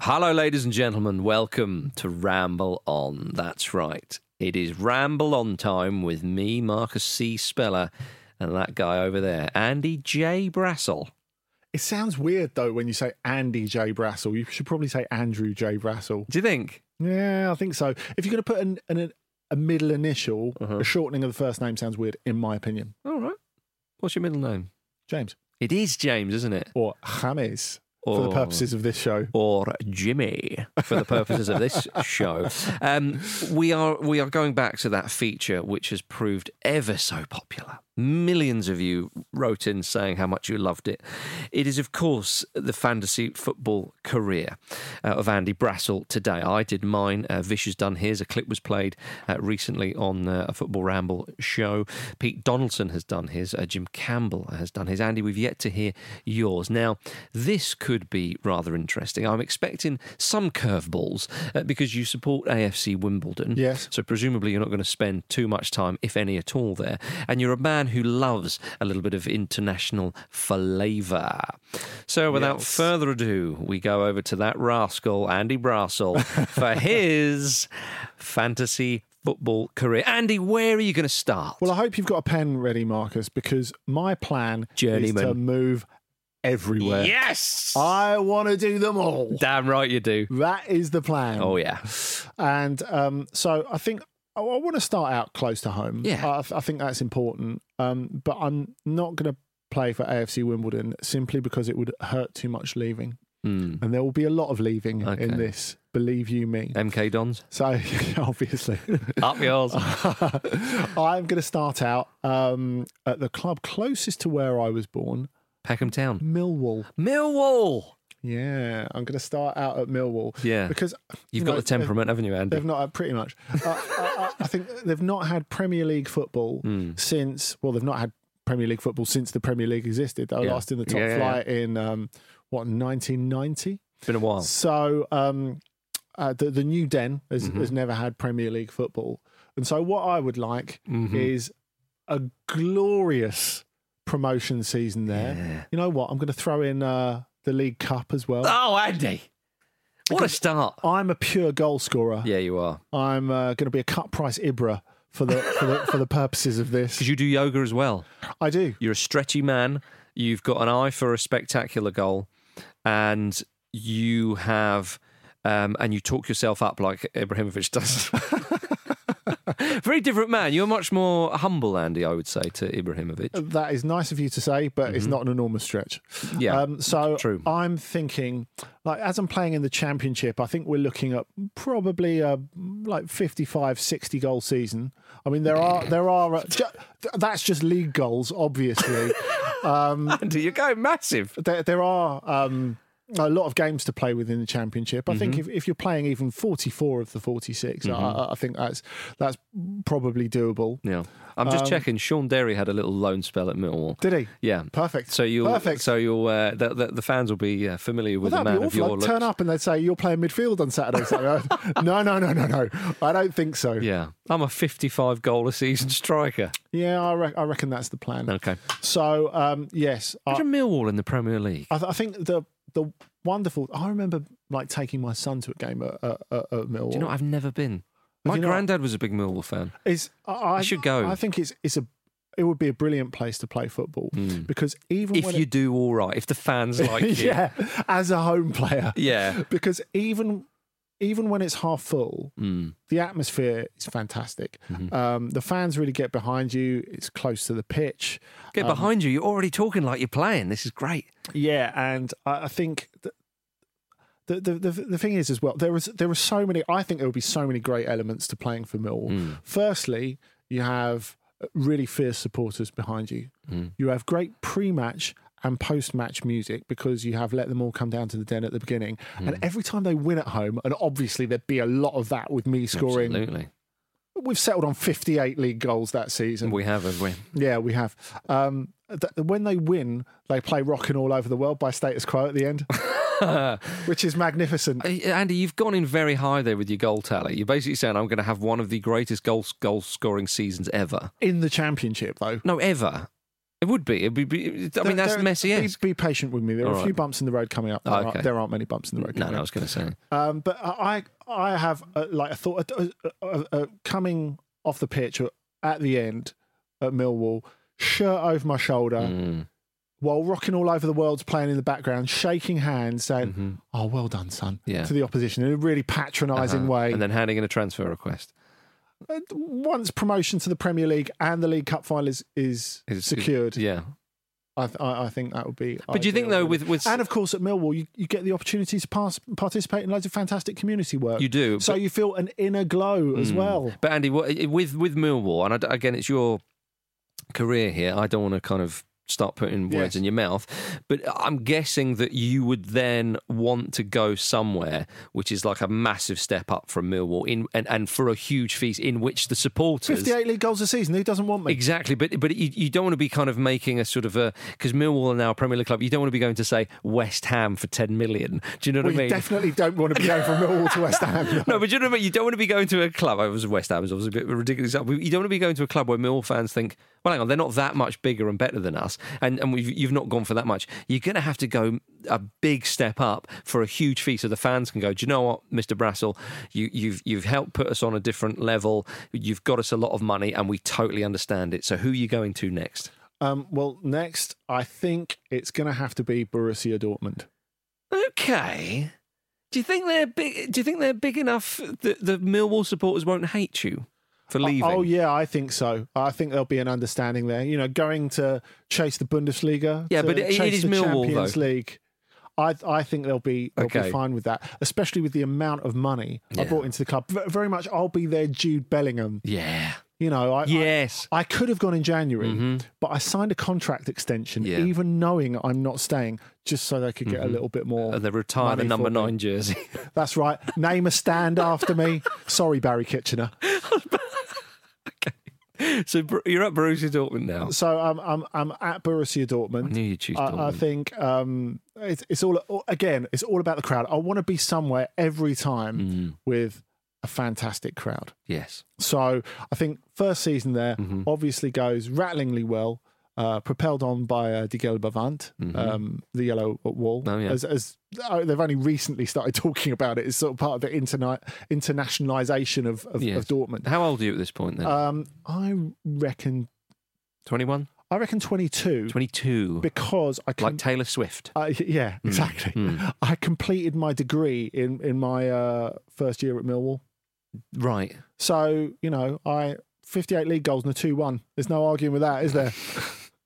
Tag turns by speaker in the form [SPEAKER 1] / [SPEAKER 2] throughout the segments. [SPEAKER 1] Hello, ladies and gentlemen. Welcome to Ramble On. That's right. It is Ramble On time with me, Marcus C. Speller, and that guy over there, Andy J. Brassel.
[SPEAKER 2] It sounds weird though when you say Andy J. Brassel. You should probably say Andrew J. Brassel.
[SPEAKER 1] Do you think?
[SPEAKER 2] Yeah, I think so. If you're going to put an, an, a middle initial,
[SPEAKER 1] Uh-huh.
[SPEAKER 2] a shortening of the first name sounds weird, in my opinion.
[SPEAKER 1] All right. What's your middle name?
[SPEAKER 2] James
[SPEAKER 1] It is James, isn't it?
[SPEAKER 2] or James for the
[SPEAKER 1] Or-
[SPEAKER 2] purposes of this show.
[SPEAKER 1] or Jimmy for the purposes of this show. Um, we are we are going back to that feature which has proved ever so popular. Millions of you wrote in saying how much you loved it. It is of course the fantasy football career uh, of Andy Brassel today. I did mine. Uh, Vish has done his. A clip was played uh, recently on uh, a Football Ramble show. Pete Donaldson has done his. Uh, Jim Campbell has done his. Andy, we've yet to hear yours. Now, this could be rather interesting. I'm expecting some curveballs uh, because you support AFC Wimbledon.
[SPEAKER 2] Yes.
[SPEAKER 1] So presumably you're not going to spend too much time, if any at all, there. And you're a man who loves a little bit of international flavour. So without
[SPEAKER 2] Yes.
[SPEAKER 1] further ado, we go over to that rascal, Andy Brassel, for his fantasy football career. Andy, where are you going to start?
[SPEAKER 2] Well, I hope you've got a pen ready, Marcus, because my plan is to
[SPEAKER 1] Journeyman.
[SPEAKER 2] move everywhere.
[SPEAKER 1] yes!
[SPEAKER 2] I want to do them all.
[SPEAKER 1] Damn right you do.
[SPEAKER 2] That is the plan.
[SPEAKER 1] Oh, yeah.
[SPEAKER 2] And um, so I think I, I want to start out close to home.
[SPEAKER 1] Yeah.
[SPEAKER 2] I, I think that's important. Um, but I'm not going to play for AFC Wimbledon simply because it would hurt too much leaving.
[SPEAKER 1] Hmm.
[SPEAKER 2] And there will be a lot of leaving
[SPEAKER 1] Okay. Eh.
[SPEAKER 2] in this, believe you me.
[SPEAKER 1] MK Dons,
[SPEAKER 2] So, obviously,
[SPEAKER 1] up yours.
[SPEAKER 2] I'm going to start out um, at the club closest to where I was born,
[SPEAKER 1] Peckham Town.
[SPEAKER 2] Millwall.
[SPEAKER 1] Millwall!
[SPEAKER 2] Yeah, I'm going to start out at Millwall.
[SPEAKER 1] Yeah.
[SPEAKER 2] Because
[SPEAKER 1] You've
[SPEAKER 2] you
[SPEAKER 1] got
[SPEAKER 2] know,
[SPEAKER 1] the temperament, haven't you, Andy?
[SPEAKER 2] They've not had pretty much. Uh, I, I- I think they've not had Premier League football
[SPEAKER 1] Hmm.
[SPEAKER 2] since. Well, they've not had Premier League football since the Premier League existed. They were
[SPEAKER 1] Yeah.
[SPEAKER 2] last in the top
[SPEAKER 1] Yeah, yeah, Oh.
[SPEAKER 2] flight in um, what 1990.
[SPEAKER 1] It's been a while.
[SPEAKER 2] So um, uh, the the new den has,
[SPEAKER 1] Mm-hmm.
[SPEAKER 2] has never had Premier League football, and so what I would like
[SPEAKER 1] Mm-hmm.
[SPEAKER 2] is a glorious promotion season there.
[SPEAKER 1] Yeah.
[SPEAKER 2] You know what? I'm going to throw in uh, the League Cup as well.
[SPEAKER 1] Oh, Andy! What a start.
[SPEAKER 2] I'm a pure goal scorer.
[SPEAKER 1] Yeah, you are.
[SPEAKER 2] I'm uh, going to be a cut price Ibra for the for the, for the purposes of this.
[SPEAKER 1] Because you do yoga as well.
[SPEAKER 2] I do.
[SPEAKER 1] You're a stretchy man. You've got an eye for a spectacular goal, and you have, um, and you talk yourself up like Ibrahimovic does. Very different man. You're much more humble, Andy. I would say to Ibrahimovic.
[SPEAKER 2] That is nice of you to say, but it's not an enormous stretch.
[SPEAKER 1] Mm-hmm. Yeah,
[SPEAKER 2] Um, so
[SPEAKER 1] true.
[SPEAKER 2] I'm thinking, like, as I'm playing in the championship, I think we're looking at probably a like 55, 60 goal season. I mean, there are there are uh, ju- that's just league goals, obviously.
[SPEAKER 1] Andy, you're going massive.
[SPEAKER 2] there, there are um, a lot of games to play within the championship. I
[SPEAKER 1] Mm-hmm.
[SPEAKER 2] think if, if you're playing even 44 of the 46, I I, I think that's that's probably doable.
[SPEAKER 1] Yeah, I'm
[SPEAKER 2] um,
[SPEAKER 1] just checking. Sean Derry had a little loan spell at Millwall.
[SPEAKER 2] Did he?
[SPEAKER 1] Yeah,
[SPEAKER 2] Perfect.
[SPEAKER 1] so you'll
[SPEAKER 2] perfect.
[SPEAKER 1] so you'll uh, the, the, the fans will be uh, familiar with
[SPEAKER 2] That'd
[SPEAKER 1] the man
[SPEAKER 2] be
[SPEAKER 1] of your
[SPEAKER 2] awful. I'd
[SPEAKER 1] looks.
[SPEAKER 2] turn up and they'd say you're playing midfield on Saturday. Saturday. no, no, no, no, no. I don't think so. Yeah,
[SPEAKER 1] Yeah, I'm a 55 goal a season striker.
[SPEAKER 2] I, re- I reckon that's the plan.
[SPEAKER 1] Okay.
[SPEAKER 2] So um, yes, I,
[SPEAKER 1] Imagine Millwall in the Premier League.
[SPEAKER 2] I, th- I think the the wonderful. I remember like taking my son to a game at, at, at at Millwall.
[SPEAKER 1] Do you know, I've never been. My
[SPEAKER 2] you not?
[SPEAKER 1] granddad was a big Millwall fan.
[SPEAKER 2] Is I, I
[SPEAKER 1] You should go.
[SPEAKER 2] I think it's it's a it would be a brilliant place to play football because even
[SPEAKER 1] Hmm. If
[SPEAKER 2] when
[SPEAKER 1] you
[SPEAKER 2] it-
[SPEAKER 1] do all right, if the fans like you.
[SPEAKER 2] yeah as a home player
[SPEAKER 1] Yeah.
[SPEAKER 2] because even even when it's half full
[SPEAKER 1] Mm.
[SPEAKER 2] the atmosphere is fantastic
[SPEAKER 1] Mm-hmm.
[SPEAKER 2] um, the fans really get behind you it's close to the pitch
[SPEAKER 1] Get
[SPEAKER 2] Um,
[SPEAKER 1] behind you. You're already talking like you're playing. This is great.
[SPEAKER 2] yeah and I, I think. That, the, the, the, the thing is as well there was there were so many I think there would be so many great elements to playing for Millwall.
[SPEAKER 1] Mm.
[SPEAKER 2] Firstly, you have really fierce supporters behind you. You have great pre-match and post-match music because you have let them all come down to the den at the beginning.
[SPEAKER 1] Hmm.
[SPEAKER 2] And every time they win at home, and obviously there'd be a lot of that with me scoring.
[SPEAKER 1] Absolutely.
[SPEAKER 2] We've settled on 58 league goals that season.
[SPEAKER 1] We have, have we?
[SPEAKER 2] yeah, we have. Um, th- when they win, they play "Rocking All Over the World" by Status Quo at the end, which is magnificent.
[SPEAKER 1] Uh, Andy, you've gone in very high there with your goal tally. You're basically saying I'm going to have one of the greatest goal goal scoring seasons ever.
[SPEAKER 2] In the championship, though,
[SPEAKER 1] No, ever. It would be. It'd be. be I mean,
[SPEAKER 2] There-
[SPEAKER 1] that's
[SPEAKER 2] there-
[SPEAKER 1] messy.
[SPEAKER 2] Be, be patient with me. There are a
[SPEAKER 1] All
[SPEAKER 2] few
[SPEAKER 1] right.
[SPEAKER 2] bumps in the road coming up.
[SPEAKER 1] Oh,
[SPEAKER 2] There, aren't-
[SPEAKER 1] okay.
[SPEAKER 2] there aren't many bumps in the road.
[SPEAKER 1] No,
[SPEAKER 2] coming
[SPEAKER 1] no, I
[SPEAKER 2] up.
[SPEAKER 1] was going to say.
[SPEAKER 2] Um, but I I have uh, like a thought uh, uh, uh, coming off the pitch at the end at Millwall, shirt over my shoulder,
[SPEAKER 1] Mm,
[SPEAKER 2] while rocking all over the world's playing in the background, shaking hands, saying,
[SPEAKER 1] mhm.
[SPEAKER 2] "Oh, well done, son,"
[SPEAKER 1] Yeah.
[SPEAKER 2] to the opposition in a really patronising
[SPEAKER 1] Uh-huh.
[SPEAKER 2] way.
[SPEAKER 1] And then handing in a transfer request.
[SPEAKER 2] Uh, Once promotion to the Premier League and the League Cup final is is
[SPEAKER 1] Is- is-
[SPEAKER 2] secured,
[SPEAKER 1] Yeah.
[SPEAKER 2] I, th- I I think that would be.
[SPEAKER 1] But do you think
[SPEAKER 2] ideal,
[SPEAKER 1] though,
[SPEAKER 2] really.
[SPEAKER 1] with with
[SPEAKER 2] and of course at Millwall, you, you get the opportunity to pass, participate in loads of fantastic community work.
[SPEAKER 1] you do,
[SPEAKER 2] so you feel an inner glow as
[SPEAKER 1] Mm.
[SPEAKER 2] well.
[SPEAKER 1] But Andy, what, with with Millwall, and I d again, it's your career here. I don't want to kind of start putting words
[SPEAKER 2] Yes.
[SPEAKER 1] in your mouth, but I'm guessing that you would then want to go somewhere which is like a massive step up from Millwall, in and, and for a huge fees in which the supporters.
[SPEAKER 2] Fifty-eight league goals a season. Who doesn't want me?
[SPEAKER 1] Exactly, but but you, you don't want to be kind of making a sort of a because Millwall are now a Premier League club. You don't want to be going to say West Ham for ten million. Do you know what I
[SPEAKER 2] well, you
[SPEAKER 1] mean?
[SPEAKER 2] definitely don't want to be going from Millwall to West Ham.
[SPEAKER 1] No, but do you know what I mean? You don't want to be going to a club. I was West Ham is obviously a bit of a ridiculous example. You don't want to be going to a club where Mill fans think, well, hang on, they're not that much bigger and better than us, and and we've, you've not gone for that much. You're going to have to go a big step up for a huge fee, so the fans can go. Do you know what, Mister Brassel? You you've you've helped put us on a different level. You've got us a lot of money, and we totally understand it. So who are you going to next?
[SPEAKER 2] Um, well, next, I think it's going to have to be Borussia Dortmund.
[SPEAKER 1] Okay. Do you think they're big? Do you think they're big enough that the Millwall supporters won't hate you for leaving?
[SPEAKER 2] Oh yeah, I think so. I think there'll be an understanding there. You know, going to chase the Bundesliga.
[SPEAKER 1] Yeah,
[SPEAKER 2] to
[SPEAKER 1] but it- it
[SPEAKER 2] chase
[SPEAKER 1] is
[SPEAKER 2] the
[SPEAKER 1] Millwall,
[SPEAKER 2] Champions
[SPEAKER 1] though.
[SPEAKER 2] League. I I think they'll be they'll
[SPEAKER 1] Okay.
[SPEAKER 2] be fine with that, especially with the amount of money I
[SPEAKER 1] Yeah.
[SPEAKER 2] brought into the club. V- Very much, I'll be their Jude Bellingham.
[SPEAKER 1] Yeah.
[SPEAKER 2] You know, I,
[SPEAKER 1] Yes.
[SPEAKER 2] I could have gone in January,
[SPEAKER 1] Mhm.
[SPEAKER 2] but I signed a contract extension,
[SPEAKER 1] Yeah. Mm-hmm.
[SPEAKER 2] even knowing I'm not staying, just so they could get a little bit more.
[SPEAKER 1] And they retire the
[SPEAKER 2] money
[SPEAKER 1] number
[SPEAKER 2] for me.
[SPEAKER 1] nine jersey.
[SPEAKER 2] That's right. Name a stand after me. Sorry, Barry Kitchener.
[SPEAKER 1] so Bru- you're at Borussia Dortmund now.
[SPEAKER 2] So um, I'm I'm at Borussia Dortmund.
[SPEAKER 1] I knew you'd choose Dortmund.
[SPEAKER 2] I, I think um, it's, it's all all- again. It's all about the crowd. I want to be somewhere every time
[SPEAKER 1] Mm.
[SPEAKER 2] with a fantastic crowd.
[SPEAKER 1] yes.
[SPEAKER 2] So I think first season there
[SPEAKER 1] Mm-hmm.
[SPEAKER 2] obviously goes rattlingly well, uh, propelled on by uh, Digel Bavant, um, the yellow wall.
[SPEAKER 1] Mm-hmm. Oh, yeah.
[SPEAKER 2] As, as oh, they've only recently started talking about it, it's sort of part of the interna- internationalization of of,
[SPEAKER 1] Yes.
[SPEAKER 2] of Dortmund.
[SPEAKER 1] How old are you at this point then?
[SPEAKER 2] Um, I reckon.
[SPEAKER 1] 21?
[SPEAKER 2] I reckon twenty two
[SPEAKER 1] 22.
[SPEAKER 2] because I can
[SPEAKER 1] like Mm, Taylor Swift.
[SPEAKER 2] Uh, yeah, exactly. I completed my degree in in my uh, first year at Millwall.
[SPEAKER 1] Right.
[SPEAKER 2] So you know, I fifty eight league goals and a two one. There's no arguing with that, is there?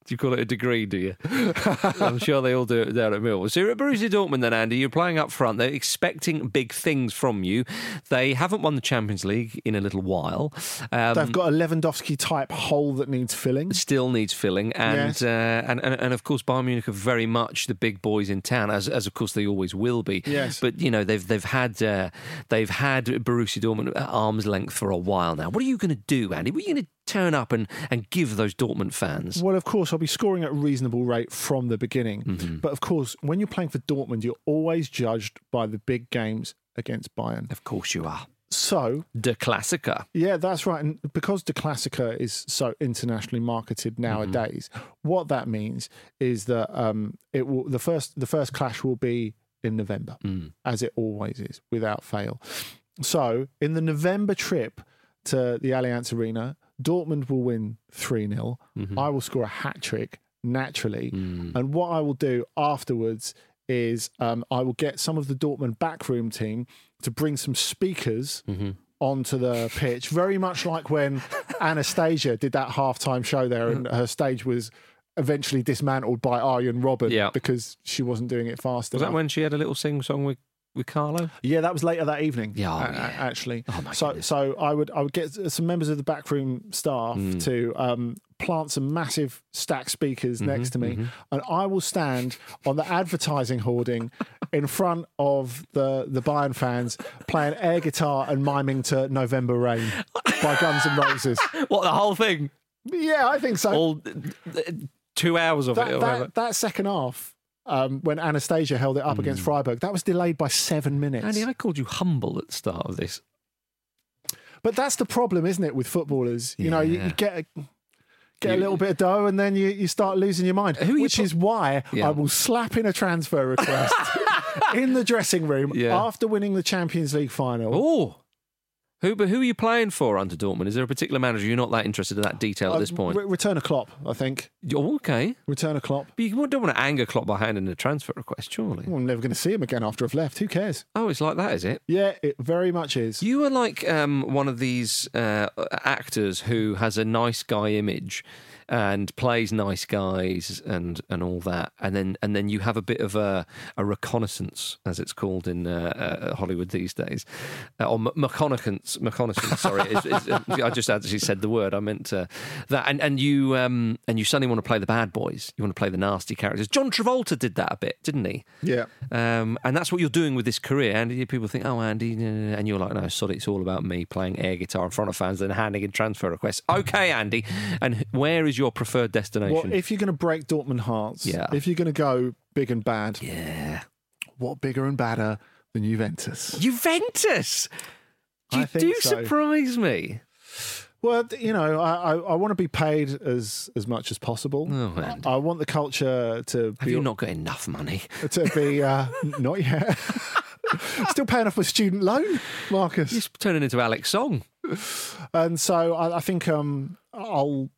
[SPEAKER 1] Do you call it a degree, do you? I'm sure they all do it down at Millwall. So you're at Borussia Dortmund then, Andy. You're playing up front. They're expecting big things from you. They haven't won the Champions League in a little while. Um,
[SPEAKER 2] They've got a Lewandowski type hole that needs filling.
[SPEAKER 1] still needs filling, and,
[SPEAKER 2] Yes.
[SPEAKER 1] uh, and and and of course Bayern Munich are very much the big boys in town, as as of course they always will be.
[SPEAKER 2] Yes.
[SPEAKER 1] But you know they've they've had uh, they've had Borussia Dortmund at arm's length for a while now. What are you going to do, Andy? What are you going to turn up and and give those Dortmund fans?
[SPEAKER 2] Well, of course, I'll be scoring at a reasonable rate from the beginning. But of course, when you're playing for Dortmund, you're always judged by the big games against Bayern.
[SPEAKER 1] Of course you are.
[SPEAKER 2] So
[SPEAKER 1] De Classica.
[SPEAKER 2] Yeah, that's right. And because the Classica is so internationally marketed nowadays, what that means is that um, it will the first the first clash will be in November, as it always is, without fail. So in the November trip to the Allianz Arena, Dortmund will win 3 0. I will score a hat trick naturally.
[SPEAKER 1] Hmm.
[SPEAKER 2] And what I will do afterwards is um, I will get some of the Dortmund backroom team to bring some speakers
[SPEAKER 1] Mm-hmm.
[SPEAKER 2] onto the pitch, very much like when Anastasia did that halftime show there, and her stage was eventually dismantled by Arjen Robin
[SPEAKER 1] Yeah.
[SPEAKER 2] because she wasn't doing it fast
[SPEAKER 1] Was
[SPEAKER 2] enough.
[SPEAKER 1] that when she had a little sing song with with Carlo?
[SPEAKER 2] Yeah, that was later that evening.
[SPEAKER 1] Yeah, oh,
[SPEAKER 2] a- a-
[SPEAKER 1] yeah.
[SPEAKER 2] actually.
[SPEAKER 1] Oh, my
[SPEAKER 2] so,
[SPEAKER 1] goodness.
[SPEAKER 2] so I would I would get some members of the backroom staff
[SPEAKER 1] Hmm.
[SPEAKER 2] to um, plant some massive stack speakers
[SPEAKER 1] Mm-hmm,
[SPEAKER 2] next to me, and I will stand on the advertising hoarding in front of the the Bayern fans playing air guitar and miming to "November Rain" by Guns N' Roses.
[SPEAKER 1] What the whole thing?
[SPEAKER 2] Yeah, I think so.
[SPEAKER 1] All uh, uh, two hours of it.
[SPEAKER 2] that,
[SPEAKER 1] Or whatever.
[SPEAKER 2] that, that second half. Um, when Anastasia held it
[SPEAKER 1] Hmm.
[SPEAKER 2] up against Freiburg, that was delayed by seven minutes.
[SPEAKER 1] Andy, I called you humble at the start of this.
[SPEAKER 2] But that's the problem, isn't it, with footballers? You know, you,
[SPEAKER 1] Yeah.
[SPEAKER 2] you get a, get a
[SPEAKER 1] You-
[SPEAKER 2] little bit of dough, and then you, you start losing your mind.
[SPEAKER 1] Who you
[SPEAKER 2] which
[SPEAKER 1] pu-
[SPEAKER 2] is why
[SPEAKER 1] Yeah.
[SPEAKER 2] I will slap in a transfer request in the dressing room
[SPEAKER 1] Yeah.
[SPEAKER 2] after winning the Champions League final.
[SPEAKER 1] Oh. Who, but who are you playing for under Dortmund? Is there a particular manager you're not that interested in that detail at this point?
[SPEAKER 2] Uh, Re- return a Klopp, I think.
[SPEAKER 1] Oh, okay.
[SPEAKER 2] Return a Klopp.
[SPEAKER 1] But you don't want to anger Klopp by handing a transfer request, surely.
[SPEAKER 2] Well, I'm never going to see him again after I've left. Who cares?
[SPEAKER 1] Oh, it's like that, is it?
[SPEAKER 2] Yeah, it very much is.
[SPEAKER 1] You are like um, one of these uh, actors who has a nice guy image and plays nice guys and, and all that, and then and then you have a bit of a, a reconnaissance, as it's called in uh, uh, Hollywood these days, uh, or m- reconnaissance. reconnaissance, Sorry, is, is, I just actually said the word. I meant uh, that, and and you um, and you suddenly want to play the bad boys. You want to play the nasty characters. John Travolta did that a bit, didn't he?
[SPEAKER 2] Yeah.
[SPEAKER 1] Um, and that's what you're doing with this career. And people think, oh, Andy, nah, nah, nah," and you're like, no, sod it, it's all about me playing air guitar in front of fans and handing in transfer requests. Okay, Andy. And h- where is your preferred
[SPEAKER 2] Well,
[SPEAKER 1] destination?
[SPEAKER 2] if you're going to break Dortmund hearts,
[SPEAKER 1] Yeah.
[SPEAKER 2] if you're going to go big and bad,
[SPEAKER 1] yeah.
[SPEAKER 2] what bigger and badder than Juventus?
[SPEAKER 1] Juventus!
[SPEAKER 2] I
[SPEAKER 1] You
[SPEAKER 2] think
[SPEAKER 1] do
[SPEAKER 2] so.
[SPEAKER 1] surprise me.
[SPEAKER 2] Well, th- you know, I, I, I want to be paid as as much as possible.
[SPEAKER 1] Oh, Andy.
[SPEAKER 2] I want the culture to
[SPEAKER 1] Have
[SPEAKER 2] be
[SPEAKER 1] you not got enough money?
[SPEAKER 2] to be uh, not yet. Still paying off my student loan, Marcus.
[SPEAKER 1] You're just turning into Alex Song.
[SPEAKER 2] And so I, I think um, I'll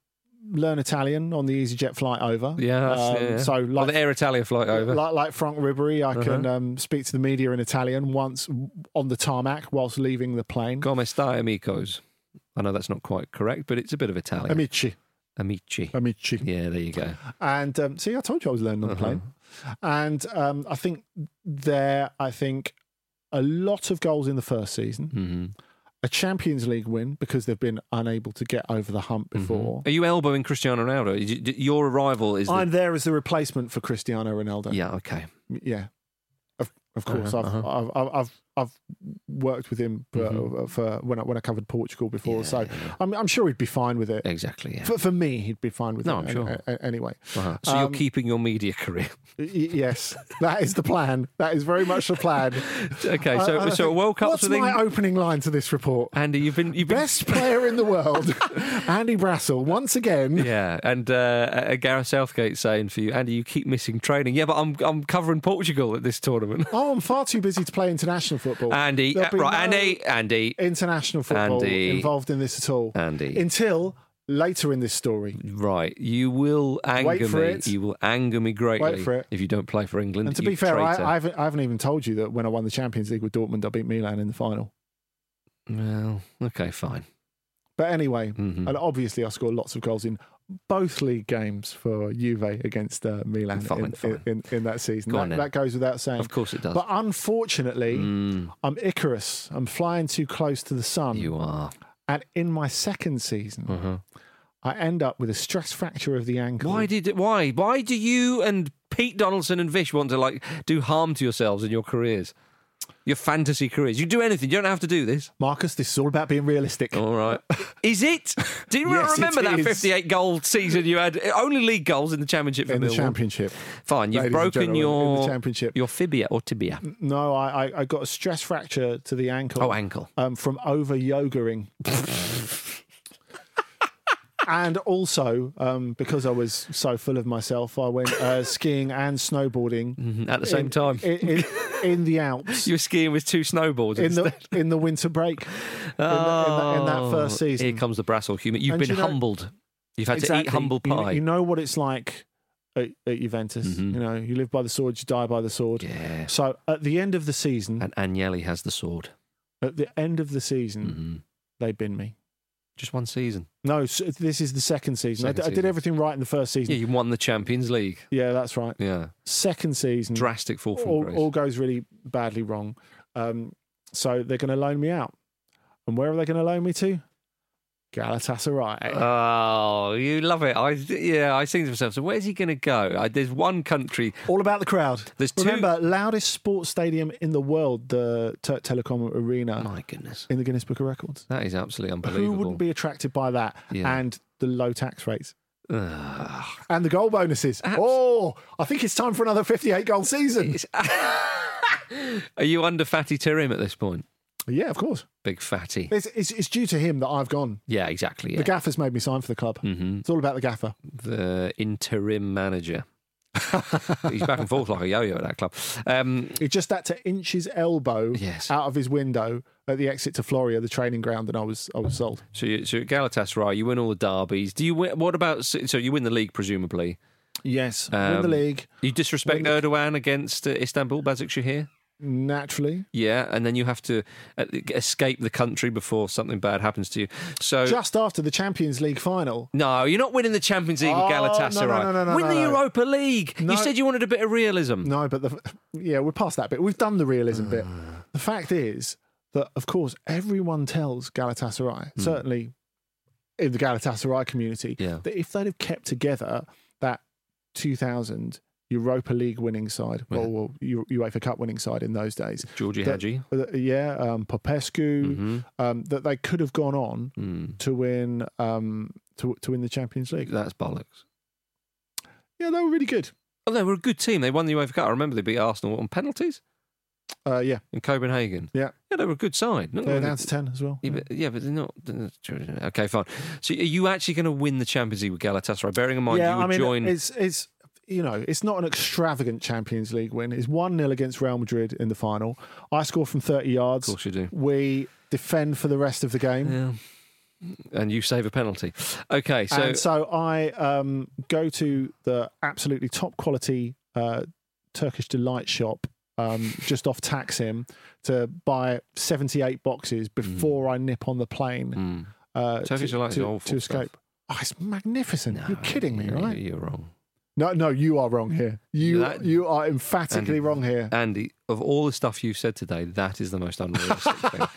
[SPEAKER 2] learn Italian on the EasyJet flight over.
[SPEAKER 1] Yeah, that's,
[SPEAKER 2] Um,
[SPEAKER 1] yeah.
[SPEAKER 2] So
[SPEAKER 1] Or
[SPEAKER 2] like
[SPEAKER 1] the Air Italia flight over. Uh-huh.
[SPEAKER 2] Like, like Frank Ribery, I can um, speak to the media in Italian once on the tarmac whilst leaving the plane.
[SPEAKER 1] Come stai, amigos? I know that's not quite correct, but it's a bit of Italian.
[SPEAKER 2] Amici,
[SPEAKER 1] Amici.
[SPEAKER 2] amici.
[SPEAKER 1] Yeah, there you go.
[SPEAKER 2] And um, see, I told you I was learning
[SPEAKER 1] Uh-huh.
[SPEAKER 2] on the plane. And um, I think there, I think a lot of goals in the first season,
[SPEAKER 1] hmm
[SPEAKER 2] a Champions League win because they've been unable to get over the hump
[SPEAKER 1] Mm-hmm.
[SPEAKER 2] before.
[SPEAKER 1] Are you elbowing Cristiano Ronaldo? Y- y- Your arrival is. The...
[SPEAKER 2] I'm there as the replacement for Cristiano Ronaldo.
[SPEAKER 1] Yeah, okay.
[SPEAKER 2] yeah, of, of
[SPEAKER 1] Uh-huh,
[SPEAKER 2] course. I've,
[SPEAKER 1] uh-huh.
[SPEAKER 2] I've, I've I've I've worked with him for, uh, for when I when I covered Portugal before,
[SPEAKER 1] Yeah,
[SPEAKER 2] so
[SPEAKER 1] yeah, yeah.
[SPEAKER 2] I'm I'm sure he'd be fine with it.
[SPEAKER 1] Exactly, yeah.
[SPEAKER 2] For, for me, he'd be fine with
[SPEAKER 1] No,
[SPEAKER 2] it.
[SPEAKER 1] I'm
[SPEAKER 2] an-
[SPEAKER 1] sure.
[SPEAKER 2] a- a- anyway,
[SPEAKER 1] Uh-huh. So
[SPEAKER 2] Um,
[SPEAKER 1] you're keeping your media career.
[SPEAKER 2] Y- yes, that is the plan. That is very much the plan.
[SPEAKER 1] okay,
[SPEAKER 2] I-
[SPEAKER 1] so
[SPEAKER 2] I
[SPEAKER 1] so
[SPEAKER 2] think-
[SPEAKER 1] World Cups
[SPEAKER 2] Uh, What's
[SPEAKER 1] with
[SPEAKER 2] my
[SPEAKER 1] England.
[SPEAKER 2] opening line to this report?
[SPEAKER 1] Andy, you've been you've been
[SPEAKER 2] Best player in the world, Andy Brassel, once again.
[SPEAKER 1] yeah, and uh, uh, Gareth Southgate saying for you, Andy, you keep missing training. Yeah, but I'm I'm covering Portugal at this tournament.
[SPEAKER 2] Oh, I'm far too busy to play international football.
[SPEAKER 1] Andy,
[SPEAKER 2] There'll
[SPEAKER 1] uh,
[SPEAKER 2] be
[SPEAKER 1] right,
[SPEAKER 2] no
[SPEAKER 1] Andy, Andy,
[SPEAKER 2] International football
[SPEAKER 1] Andy.
[SPEAKER 2] involved in this at all.
[SPEAKER 1] Andy.
[SPEAKER 2] Until later in this story.
[SPEAKER 1] Right, you will anger
[SPEAKER 2] for
[SPEAKER 1] me.
[SPEAKER 2] it.
[SPEAKER 1] You will anger me greatly
[SPEAKER 2] for it.
[SPEAKER 1] if you don't play for England.
[SPEAKER 2] And to
[SPEAKER 1] you
[SPEAKER 2] be fair,
[SPEAKER 1] traitor.
[SPEAKER 2] I, I, haven't, I haven't even told you that when I won the Champions League with Dortmund, I beat Milan in the final.
[SPEAKER 1] well, okay, fine.
[SPEAKER 2] But anyway,
[SPEAKER 1] Mhm.
[SPEAKER 2] and obviously I scored lots of goals in both league games for Juve against uh, Milan
[SPEAKER 1] Fine,
[SPEAKER 2] in,
[SPEAKER 1] fine.
[SPEAKER 2] In, in, in that season.
[SPEAKER 1] Go on
[SPEAKER 2] that,
[SPEAKER 1] then.
[SPEAKER 2] that goes without saying.
[SPEAKER 1] Of course it does.
[SPEAKER 2] But unfortunately,
[SPEAKER 1] Mm,
[SPEAKER 2] I'm Icarus. I'm flying too close to the sun.
[SPEAKER 1] you are.
[SPEAKER 2] And in my second season,
[SPEAKER 1] Uh-huh.
[SPEAKER 2] I end up with a stress fracture of the ankle.
[SPEAKER 1] Why did why why do you and Pete Donaldson and Vish want to like do harm to yourselves in your careers, your fantasy careers? You do anything. You don't have to do this.
[SPEAKER 2] Marcus, this is all about being realistic.
[SPEAKER 1] All right. Is it? Do you
[SPEAKER 2] Yes, it
[SPEAKER 1] remember that
[SPEAKER 2] is.
[SPEAKER 1] fifty-eight goal season you had? Only league goals in the championship for
[SPEAKER 2] In the
[SPEAKER 1] Millwall.
[SPEAKER 2] championship.
[SPEAKER 1] Fine, you've
[SPEAKER 2] ladies and
[SPEAKER 1] broken
[SPEAKER 2] gentlemen,
[SPEAKER 1] your
[SPEAKER 2] in the championship. Mm.
[SPEAKER 1] your fibia or tibia.
[SPEAKER 2] No, I, I, I got a stress fracture to the ankle.
[SPEAKER 1] Oh, ankle.
[SPEAKER 2] um, from over yogaing. and also, um, because I was so full of myself, I went uh, skiing and snowboarding
[SPEAKER 1] Mhm, At the same
[SPEAKER 2] in-
[SPEAKER 1] time,
[SPEAKER 2] in, in, in the Alps.
[SPEAKER 1] you were skiing with two snowboards.
[SPEAKER 2] In the in the winter break, in, the, in, the, in that first
[SPEAKER 1] Oh, Here
[SPEAKER 2] season,
[SPEAKER 1] comes the Brassel humour. You've
[SPEAKER 2] And
[SPEAKER 1] been
[SPEAKER 2] you know-
[SPEAKER 1] humbled. You've had to eat
[SPEAKER 2] Exactly.
[SPEAKER 1] humble
[SPEAKER 2] You-
[SPEAKER 1] pie. Mm-hmm.
[SPEAKER 2] You, know what it's like at, at Juventus. You know, you live by the sword, you die by the sword.
[SPEAKER 1] yeah.
[SPEAKER 2] So at the end of the season,
[SPEAKER 1] And Agnelli has the sword.
[SPEAKER 2] at the end of the season,
[SPEAKER 1] hmm
[SPEAKER 2] they bin me.
[SPEAKER 1] Just one season.
[SPEAKER 2] No, so this is the second season. I
[SPEAKER 1] Second
[SPEAKER 2] d- I did
[SPEAKER 1] season.
[SPEAKER 2] everything right in the first season.
[SPEAKER 1] Yeah, you won the Champions League.
[SPEAKER 2] Yeah, that's right.
[SPEAKER 1] Yeah,
[SPEAKER 2] Second season,
[SPEAKER 1] drastic fall from
[SPEAKER 2] all,
[SPEAKER 1] grace.
[SPEAKER 2] all goes really badly wrong. Um, so they're going to loan me out. And where are they going to loan me to? Galatasaray.
[SPEAKER 1] Oh, you love it! I yeah, I think to myself. So where's he going to go? I, there's one country.
[SPEAKER 2] all about the crowd.
[SPEAKER 1] There's two.
[SPEAKER 2] Remember, loudest sports stadium in the world, the Turk Telecom Arena
[SPEAKER 1] Oh, My goodness,
[SPEAKER 2] in the Guinness Book of Records.
[SPEAKER 1] that is absolutely
[SPEAKER 2] Who
[SPEAKER 1] unbelievable.
[SPEAKER 2] wouldn't be attracted by that?
[SPEAKER 1] Yeah.
[SPEAKER 2] And the low tax rates
[SPEAKER 1] Ugh.
[SPEAKER 2] and the goal bonuses. Oh, I think it's time for another 58 goal season.
[SPEAKER 1] Are you under Fatty Terim at this point?
[SPEAKER 2] yeah, of course.
[SPEAKER 1] Big fatty.
[SPEAKER 2] It's, it's, it's due to him that I've gone.
[SPEAKER 1] Yeah, exactly. Yeah.
[SPEAKER 2] The gaffer's made me sign for the club.
[SPEAKER 1] hmm
[SPEAKER 2] It's all about the gaffer.
[SPEAKER 1] The interim manager. He's back and forth like a yo-yo at that club. Um,
[SPEAKER 2] It's just that to inch his elbow
[SPEAKER 1] yes.
[SPEAKER 2] out of his window at the exit to Floria, the training ground, and I was I was sold.
[SPEAKER 1] So, you, so at Galatasaray, you win all the derbies. Do you win? What about? So you win the league, presumably.
[SPEAKER 2] Yes, win
[SPEAKER 1] Um,
[SPEAKER 2] the league
[SPEAKER 1] You disrespect
[SPEAKER 2] Win
[SPEAKER 1] Erdogan against uh, Istanbul Basaksehir.
[SPEAKER 2] naturally.
[SPEAKER 1] Yeah, and then you have to uh, escape the country before something bad happens to you. So
[SPEAKER 2] Just after the Champions League final,
[SPEAKER 1] no, you're not winning the Champions League
[SPEAKER 2] Oh,
[SPEAKER 1] with
[SPEAKER 2] no, no,
[SPEAKER 1] Galatasaray.
[SPEAKER 2] no, no, no,
[SPEAKER 1] win
[SPEAKER 2] no,
[SPEAKER 1] the
[SPEAKER 2] no.
[SPEAKER 1] Europa League.
[SPEAKER 2] No.
[SPEAKER 1] You said you wanted a bit of realism.
[SPEAKER 2] no, but the yeah, we're past that bit. We've done the realism bit. The fact is that, of course, everyone tells Galatasaray, certainly in the Galatasaray community,
[SPEAKER 1] Yeah.
[SPEAKER 2] that if they'd have kept together that 2000 Europa League winning side,
[SPEAKER 1] Yeah.
[SPEAKER 2] well, well U- UEFA Cup winning side in those days,
[SPEAKER 1] Georgie
[SPEAKER 2] That-
[SPEAKER 1] Hadji. Mm-hmm.
[SPEAKER 2] uh, yeah, um, Popescu, um, that they could have gone on
[SPEAKER 1] Mm.
[SPEAKER 2] to win um, to to win the Champions League.
[SPEAKER 1] That's bollocks.
[SPEAKER 2] Yeah, they were really good.
[SPEAKER 1] Oh, they were a good team. They won the UEFA Cup. I remember they beat Arsenal on penalties
[SPEAKER 2] Uh, yeah,
[SPEAKER 1] in Copenhagen.
[SPEAKER 2] Yeah.
[SPEAKER 1] Yeah, they were a good side. Not-
[SPEAKER 2] they were down to ten as well.
[SPEAKER 1] Yeah, but, yeah, but they're not. they're not- Okay, fine. So, are you actually going to win the Champions League with Galatasaray? Bearing in mind
[SPEAKER 2] yeah,
[SPEAKER 1] you would
[SPEAKER 2] I mean,
[SPEAKER 1] join.
[SPEAKER 2] it's it's you know it's not an extravagant Champions League win. It's one 0 against Real Madrid in the final. I score from thirty yards.
[SPEAKER 1] Of course, you do.
[SPEAKER 2] We defend for the rest of the game.
[SPEAKER 1] Yeah. And you save a penalty. Okay, so
[SPEAKER 2] and so I um, go to the absolutely top quality uh, Turkish delight shop um, just off Taxim to buy 78 boxes before I nip on the plane
[SPEAKER 1] Mm.
[SPEAKER 2] uh,
[SPEAKER 1] Hmm. Turkish
[SPEAKER 2] to,
[SPEAKER 1] Delight is
[SPEAKER 2] to,
[SPEAKER 1] awful
[SPEAKER 2] to escape. Oh, it's magnificent. You're kidding me,
[SPEAKER 1] you-
[SPEAKER 2] right?
[SPEAKER 1] You're wrong.
[SPEAKER 2] No, no, you are wrong here. You
[SPEAKER 1] That-
[SPEAKER 2] you are emphatically
[SPEAKER 1] And-
[SPEAKER 2] wrong here.
[SPEAKER 1] Andy, of all the stuff you've said today, that is the most unrealistic thing.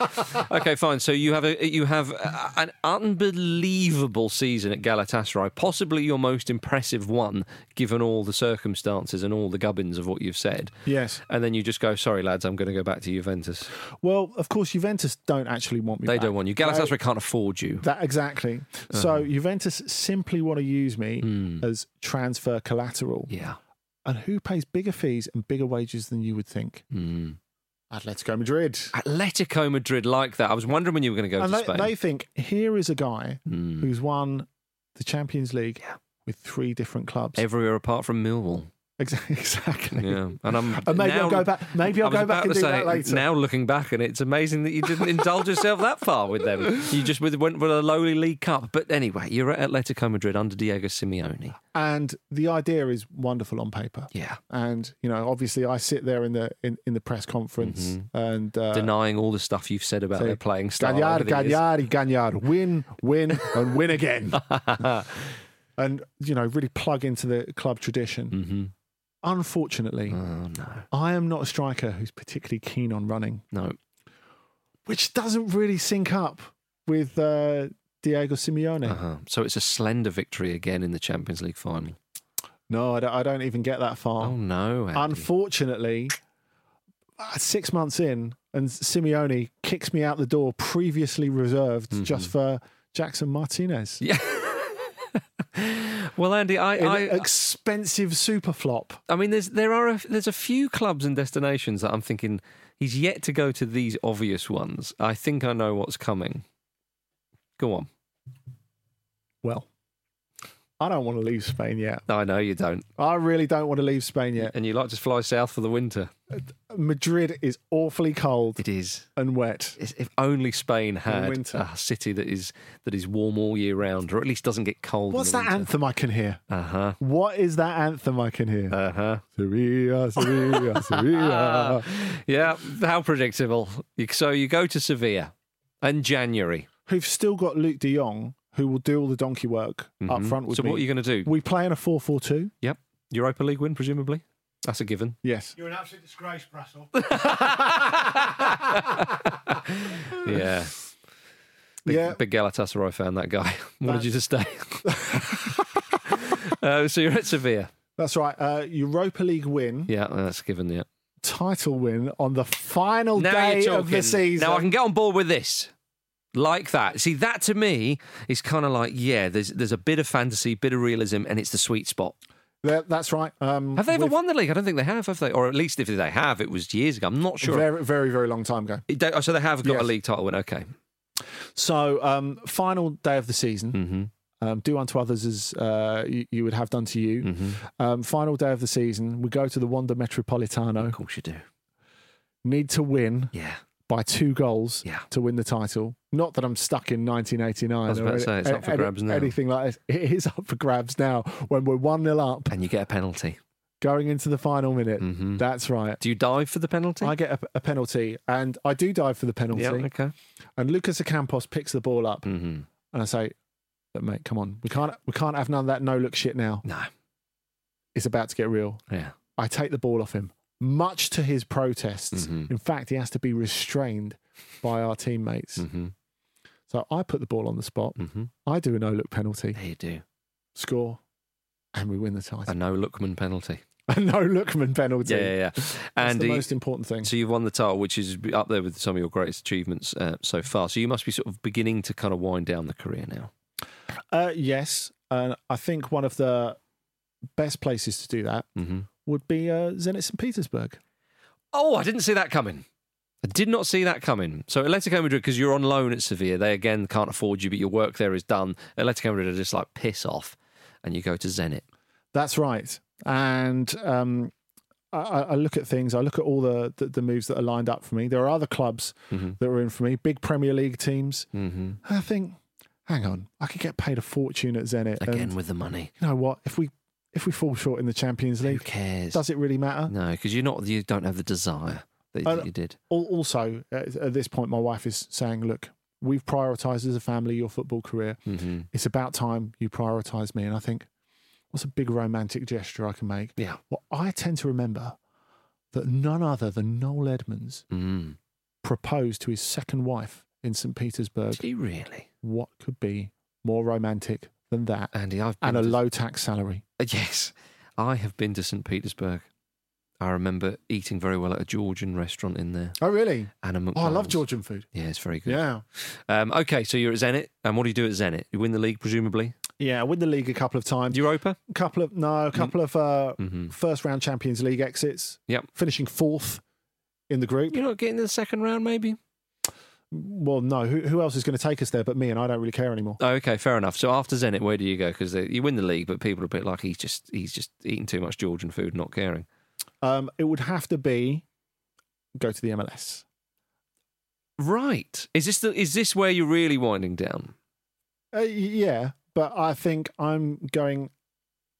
[SPEAKER 1] Okay, fine. So you have a you have a- an unbelievable season at Galatasaray, possibly your most impressive one, given all the circumstances and all the gubbins of what you've said.
[SPEAKER 2] Yes.
[SPEAKER 1] And then you just go, sorry lads, I'm going to go back to Juventus.
[SPEAKER 2] Well, of course, Juventus don't actually want me.
[SPEAKER 1] They
[SPEAKER 2] back.
[SPEAKER 1] don't Uh-huh. want you. Galatasaray can't afford you.
[SPEAKER 2] That exactly. So Juventus simply want to use me
[SPEAKER 1] Mm.
[SPEAKER 2] as transfer collateral.
[SPEAKER 1] Yeah.
[SPEAKER 2] And who pays bigger fees and bigger wages than you would think?
[SPEAKER 1] Mm.
[SPEAKER 2] Atletico Madrid.
[SPEAKER 1] Atletico Madrid like that. I was wondering when you were going to go
[SPEAKER 2] And
[SPEAKER 1] to
[SPEAKER 2] they,
[SPEAKER 1] Spain.
[SPEAKER 2] they think here is a guy
[SPEAKER 1] Mm.
[SPEAKER 2] who's won the Champions League with three different clubs.
[SPEAKER 1] Everywhere apart from Millwall.
[SPEAKER 2] Ex- exactly.
[SPEAKER 1] Yeah. And I'm
[SPEAKER 2] And maybe
[SPEAKER 1] now,
[SPEAKER 2] I'll go back. Maybe
[SPEAKER 1] I
[SPEAKER 2] I'll
[SPEAKER 1] was
[SPEAKER 2] go
[SPEAKER 1] about
[SPEAKER 2] back
[SPEAKER 1] to
[SPEAKER 2] and do
[SPEAKER 1] say,
[SPEAKER 2] that later.
[SPEAKER 1] now looking back, and it's amazing that you didn't indulge yourself that far with them. You just with- went with a lowly League Cup. But anyway, you're at Atletico Madrid under Diego Simeone.
[SPEAKER 2] and the idea is wonderful on paper.
[SPEAKER 1] Yeah.
[SPEAKER 2] And you know, obviously, I sit there in the in, in the press conference and uh,
[SPEAKER 1] Denying all the stuff you've said about
[SPEAKER 2] so
[SPEAKER 1] their playing style.
[SPEAKER 2] Ganyar,
[SPEAKER 1] over the years.
[SPEAKER 2] Ganyar, Ganyar, win, win, and win again. and you know, really plug into the club tradition.
[SPEAKER 1] Mhm.
[SPEAKER 2] Unfortunately,
[SPEAKER 1] Oh, no.
[SPEAKER 2] I am not a striker who's particularly keen on running,
[SPEAKER 1] No.
[SPEAKER 2] which doesn't really sync up with uh, Diego Simeone.
[SPEAKER 1] Uh-huh. So it's a slender victory again in the Champions League final.
[SPEAKER 2] No, I don't, I don't even get that
[SPEAKER 1] Oh,
[SPEAKER 2] far.
[SPEAKER 1] no. Andy.
[SPEAKER 2] Unfortunately, uh, six months in, and Simeone kicks me out the door, previously reserved
[SPEAKER 1] Mm-hmm.
[SPEAKER 2] just for Jackson Martinez.
[SPEAKER 1] yeah. well, Andy, I,
[SPEAKER 2] An
[SPEAKER 1] I, uh,
[SPEAKER 2] expensive super flop.
[SPEAKER 1] I mean, there's there are a, there's a few clubs and destinations that I'm thinking he's yet to go to these obvious ones. I think I know what's coming. Go on.
[SPEAKER 2] Well, I don't want to leave Spain yet.
[SPEAKER 1] I know you don't,
[SPEAKER 2] I really don't want to leave Spain yet.
[SPEAKER 1] and you like to fly south for the winter.
[SPEAKER 2] Madrid is awfully cold
[SPEAKER 1] It is.
[SPEAKER 2] and wet.
[SPEAKER 1] It's, if only Spain had
[SPEAKER 2] winter.
[SPEAKER 1] a city that is that is warm all year round, or at least doesn't get cold.
[SPEAKER 2] What's that anthem I can hear?
[SPEAKER 1] Uh huh.
[SPEAKER 2] What is that anthem I can hear?
[SPEAKER 1] Uh huh.
[SPEAKER 2] Sevilla, Sevilla, Sevilla.
[SPEAKER 1] Yeah. How predictable. You- So you go to Sevilla in January.
[SPEAKER 2] Who've still got Luke de Jong, who will do all the donkey work up
[SPEAKER 1] Mhm.
[SPEAKER 2] front with
[SPEAKER 1] so
[SPEAKER 2] me.
[SPEAKER 1] what are you going to do?
[SPEAKER 2] we play in a 4 4 2?
[SPEAKER 1] Yep. Europa League win, presumably. That's a given.
[SPEAKER 2] Yes.
[SPEAKER 3] You're an absolute disgrace, Brassel.
[SPEAKER 1] Yeah. Big,
[SPEAKER 2] Yeah.
[SPEAKER 1] big Galatasaray fan, that guy. Wanted you to stay. uh, so you're at Sevilla.
[SPEAKER 2] That's right. Uh, Europa League win,
[SPEAKER 1] Yeah, that's given, yeah.
[SPEAKER 2] title win on the final
[SPEAKER 1] Now
[SPEAKER 2] day
[SPEAKER 1] you're talking.
[SPEAKER 2] of the season.
[SPEAKER 1] Now I can get on board with this. Like that. See, that to me is kind of like, yeah, there's there's a bit of fantasy, bit of realism, and it's the sweet spot.
[SPEAKER 2] That- That's right. Um,
[SPEAKER 1] Have they ever
[SPEAKER 2] with-
[SPEAKER 1] won the league? I don't think they have, have they? Or at least if they have, it was years ago. I'm not sure.
[SPEAKER 2] Very, very, very long time ago.
[SPEAKER 1] It- they- oh, so they have got
[SPEAKER 2] Yes.
[SPEAKER 1] a league title win. Okay.
[SPEAKER 2] So, um, final day of the season.
[SPEAKER 1] Mm-hmm.
[SPEAKER 2] Um, do unto others as uh, you, you would have done to you.
[SPEAKER 1] Mm-hmm.
[SPEAKER 2] Um, final day of the season. We go to the Wanda
[SPEAKER 1] Of
[SPEAKER 2] Metropolitano.
[SPEAKER 1] course you do.
[SPEAKER 2] Need to win
[SPEAKER 1] Yeah.
[SPEAKER 2] by two goals
[SPEAKER 1] Yeah.
[SPEAKER 2] to win the title. Not that I'm stuck in 1989.
[SPEAKER 1] I was
[SPEAKER 2] or
[SPEAKER 1] about to
[SPEAKER 2] any-
[SPEAKER 1] say, it's up for
[SPEAKER 2] any-
[SPEAKER 1] grabs now.
[SPEAKER 2] Anything like this. It is up for grabs now when we're 1 0 up
[SPEAKER 1] And you get a penalty.
[SPEAKER 2] going into the final minute.
[SPEAKER 1] Mm-hmm.
[SPEAKER 2] That's right.
[SPEAKER 1] Do you dive for the penalty?
[SPEAKER 2] I get a, a penalty and I do dive for the penalty.
[SPEAKER 1] yeah. Okay.
[SPEAKER 2] And Lucas Acampos picks the ball up
[SPEAKER 1] Mm-hmm.
[SPEAKER 2] and I say, "Look, mate, come on. We can't, we can't have none of that no look shit now.
[SPEAKER 1] No.
[SPEAKER 2] It's about to get real.
[SPEAKER 1] Yeah.
[SPEAKER 2] I take the ball off him, much to his protests.
[SPEAKER 1] Mhm.
[SPEAKER 2] In fact, he has to be restrained by our teammates.
[SPEAKER 1] Mm-hmm.
[SPEAKER 2] So I put the ball on the spot.
[SPEAKER 1] Mm-hmm.
[SPEAKER 2] I do a no look penalty,
[SPEAKER 1] There you do.
[SPEAKER 2] score, and we win the
[SPEAKER 1] A
[SPEAKER 2] title.
[SPEAKER 1] no lookman penalty.
[SPEAKER 2] A no lookman penalty.
[SPEAKER 1] Yeah, yeah, yeah.
[SPEAKER 2] That's the
[SPEAKER 1] Andy,
[SPEAKER 2] most important thing.
[SPEAKER 1] so you've won the title, which is up there with some of your greatest achievements uh, so far. So you must be sort of beginning to kind of wind down the career now.
[SPEAKER 2] Uh, yes, and I think one of the best places to do that
[SPEAKER 1] Mm-hmm.
[SPEAKER 2] would be uh, Zenit St. Petersburg.
[SPEAKER 1] Oh, I didn't see that coming. I did not see that coming. So Atletico Madrid, because you're on loan at Sevilla, they again can't afford you, but your work there is done. Atletico Madrid are just like piss off, and you go to Zenit.
[SPEAKER 2] That's right. And um, I, I I look at things. I look at all the, the the moves that are lined up for me. There are other clubs
[SPEAKER 1] Mhm.
[SPEAKER 2] that are in for me, big Premier League teams.
[SPEAKER 1] Mm-hmm.
[SPEAKER 2] And I think, hang on, I could get paid a fortune at Zenit.
[SPEAKER 1] Again
[SPEAKER 2] And
[SPEAKER 1] with the money.
[SPEAKER 2] you know what? If we if we fall short in the Champions
[SPEAKER 1] Who
[SPEAKER 2] League,
[SPEAKER 1] cares?
[SPEAKER 2] does it really matter?
[SPEAKER 1] No, because you're not. You don't have the desire that,
[SPEAKER 2] Uh,
[SPEAKER 1] that you did.
[SPEAKER 2] Al Also, at at this point, my wife is saying, look. We've prioritised as a family your football career.
[SPEAKER 1] Mm-hmm.
[SPEAKER 2] It's about time you prioritise me. And I think, what's a big romantic gesture I can make?
[SPEAKER 1] Yeah.
[SPEAKER 2] Well, I tend to remember that none other than Noel Edmonds
[SPEAKER 1] Mm.
[SPEAKER 2] proposed to his second wife in St. Petersburg.
[SPEAKER 1] Did you really,
[SPEAKER 2] What could be more romantic than that?
[SPEAKER 1] Andy? I've been
[SPEAKER 2] And a
[SPEAKER 1] to-
[SPEAKER 2] low tax salary.
[SPEAKER 1] Uh, Yes, I have been to St. Petersburg. I remember eating very well at a Georgian restaurant in there.
[SPEAKER 2] Oh, really?
[SPEAKER 1] Anna
[SPEAKER 2] Oh, I love
[SPEAKER 1] McDonald's.
[SPEAKER 2] Georgian food.
[SPEAKER 1] Yeah, it's very good.
[SPEAKER 2] Yeah.
[SPEAKER 1] Um, okay, so you're at Zenit, and what do you do at Zenit? You win the league, presumably.
[SPEAKER 2] Yeah. I Win the league a couple of times.
[SPEAKER 1] Europa.
[SPEAKER 2] A couple of, no, a couple of uh,
[SPEAKER 1] Mm-hmm.
[SPEAKER 2] first round Champions League exits.
[SPEAKER 1] Yep.
[SPEAKER 2] Finishing fourth in the group.
[SPEAKER 1] You're not getting to the second round, maybe.
[SPEAKER 2] Well, no. Who, who else is going to take us there but me? And I don't really care anymore.
[SPEAKER 1] Oh, okay, fair enough. So after Zenit, where do you go? Because you win the league, but people are a bit like he's just he's just eating too much Georgian food, not caring.
[SPEAKER 2] Um, it would have to be go to the MLS.
[SPEAKER 1] Right. Is this the, is this where you're really winding down?
[SPEAKER 2] Uh, y- yeah, but I think I'm going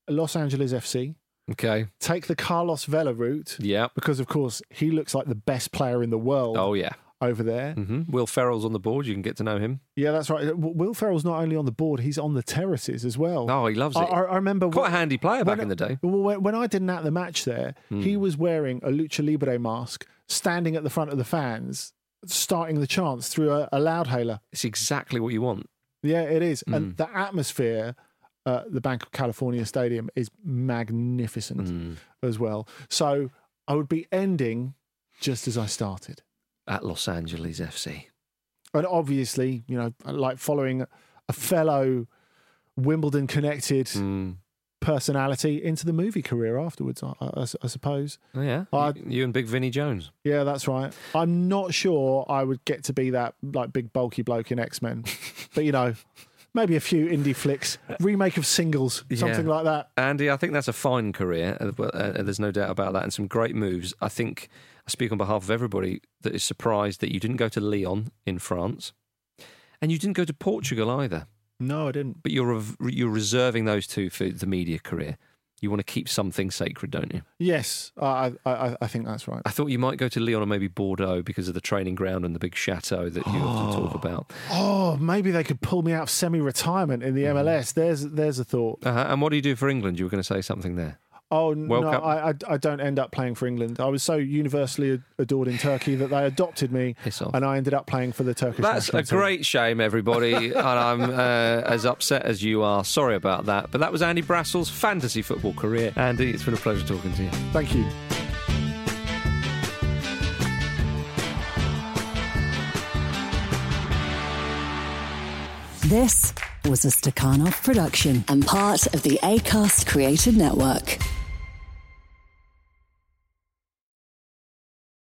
[SPEAKER 2] Los Angeles FC.
[SPEAKER 1] Okay.
[SPEAKER 2] Take the Carlos Vela route
[SPEAKER 1] Yeah.
[SPEAKER 2] because, of course, he looks like the best player in the world
[SPEAKER 1] Oh yeah.
[SPEAKER 2] over there.
[SPEAKER 1] hmm Will Ferrell's on the board. You can get to know him.
[SPEAKER 2] Yeah, that's right. W- Will Ferrell's not only on the board; he's on the terraces as well.
[SPEAKER 1] Oh, he loves
[SPEAKER 2] I,
[SPEAKER 1] it.
[SPEAKER 2] I I remember
[SPEAKER 1] Quite a
[SPEAKER 2] when,
[SPEAKER 1] handy player back
[SPEAKER 2] when-
[SPEAKER 1] in the day.
[SPEAKER 2] well, when, when I didn't at the match there, he was wearing a lucha libre mask, standing at the front of the fans, starting the chants through a, a loudhailer.
[SPEAKER 1] It's exactly what you want.
[SPEAKER 2] Yeah, it is, and the atmosphere. at the Bank of California Stadium is magnificent. as well. So I would be ending just as I started.
[SPEAKER 1] At Los Angeles FC.
[SPEAKER 2] And obviously, you know, like following a fellow Wimbledon connected
[SPEAKER 1] Mm.
[SPEAKER 2] personality into the movie career afterwards, I, I, I suppose.
[SPEAKER 1] Oh yeah.
[SPEAKER 2] I-
[SPEAKER 1] you, you and Big Vinnie Jones.
[SPEAKER 2] Yeah, that's right. I'm not sure I would get to be that like big bulky bloke in X Men, but you know, maybe a few indie flicks, remake of singles, something
[SPEAKER 1] Yeah.
[SPEAKER 2] like that.
[SPEAKER 1] Andy, I think that's a fine career. uh, but, uh, There's no doubt about that, and some great moves. I think I speak on behalf of everybody that is surprised that you didn't go to Lyon in France, and you didn't go to Portugal either.
[SPEAKER 2] No, I didn't.
[SPEAKER 1] But you're rev- you're reserving those two for the media career. You want to keep something sacred, don't you?
[SPEAKER 2] Yes, I, I- I, I think that's right.
[SPEAKER 1] I thought you might go to Lyon or maybe Bordeaux because of the training ground and the big chateau that you often talk about.
[SPEAKER 2] Oh, maybe they could pull me out of semi-retirement in the MLS. There's there's a thought.
[SPEAKER 1] Uh-huh. And what do you do for England? You were going to say something there.
[SPEAKER 2] Oh n-
[SPEAKER 1] World
[SPEAKER 2] no,
[SPEAKER 1] Cup?
[SPEAKER 2] I, I I don't end up playing for England. I was so universally ad- adored in Turkey that they adopted me,
[SPEAKER 1] Piss off.
[SPEAKER 2] and I ended up playing for the Turkish.
[SPEAKER 1] That's
[SPEAKER 2] national
[SPEAKER 1] a
[SPEAKER 2] team.
[SPEAKER 1] great shame, everybody, and I'm uh, as upset as you are. Sorry about that, but that was Andy Brassel's fantasy football career. Andy, it's been a pleasure talking to you.
[SPEAKER 2] Thank you.
[SPEAKER 3] This was a Stakhanov production and part of the Acast Creator Network.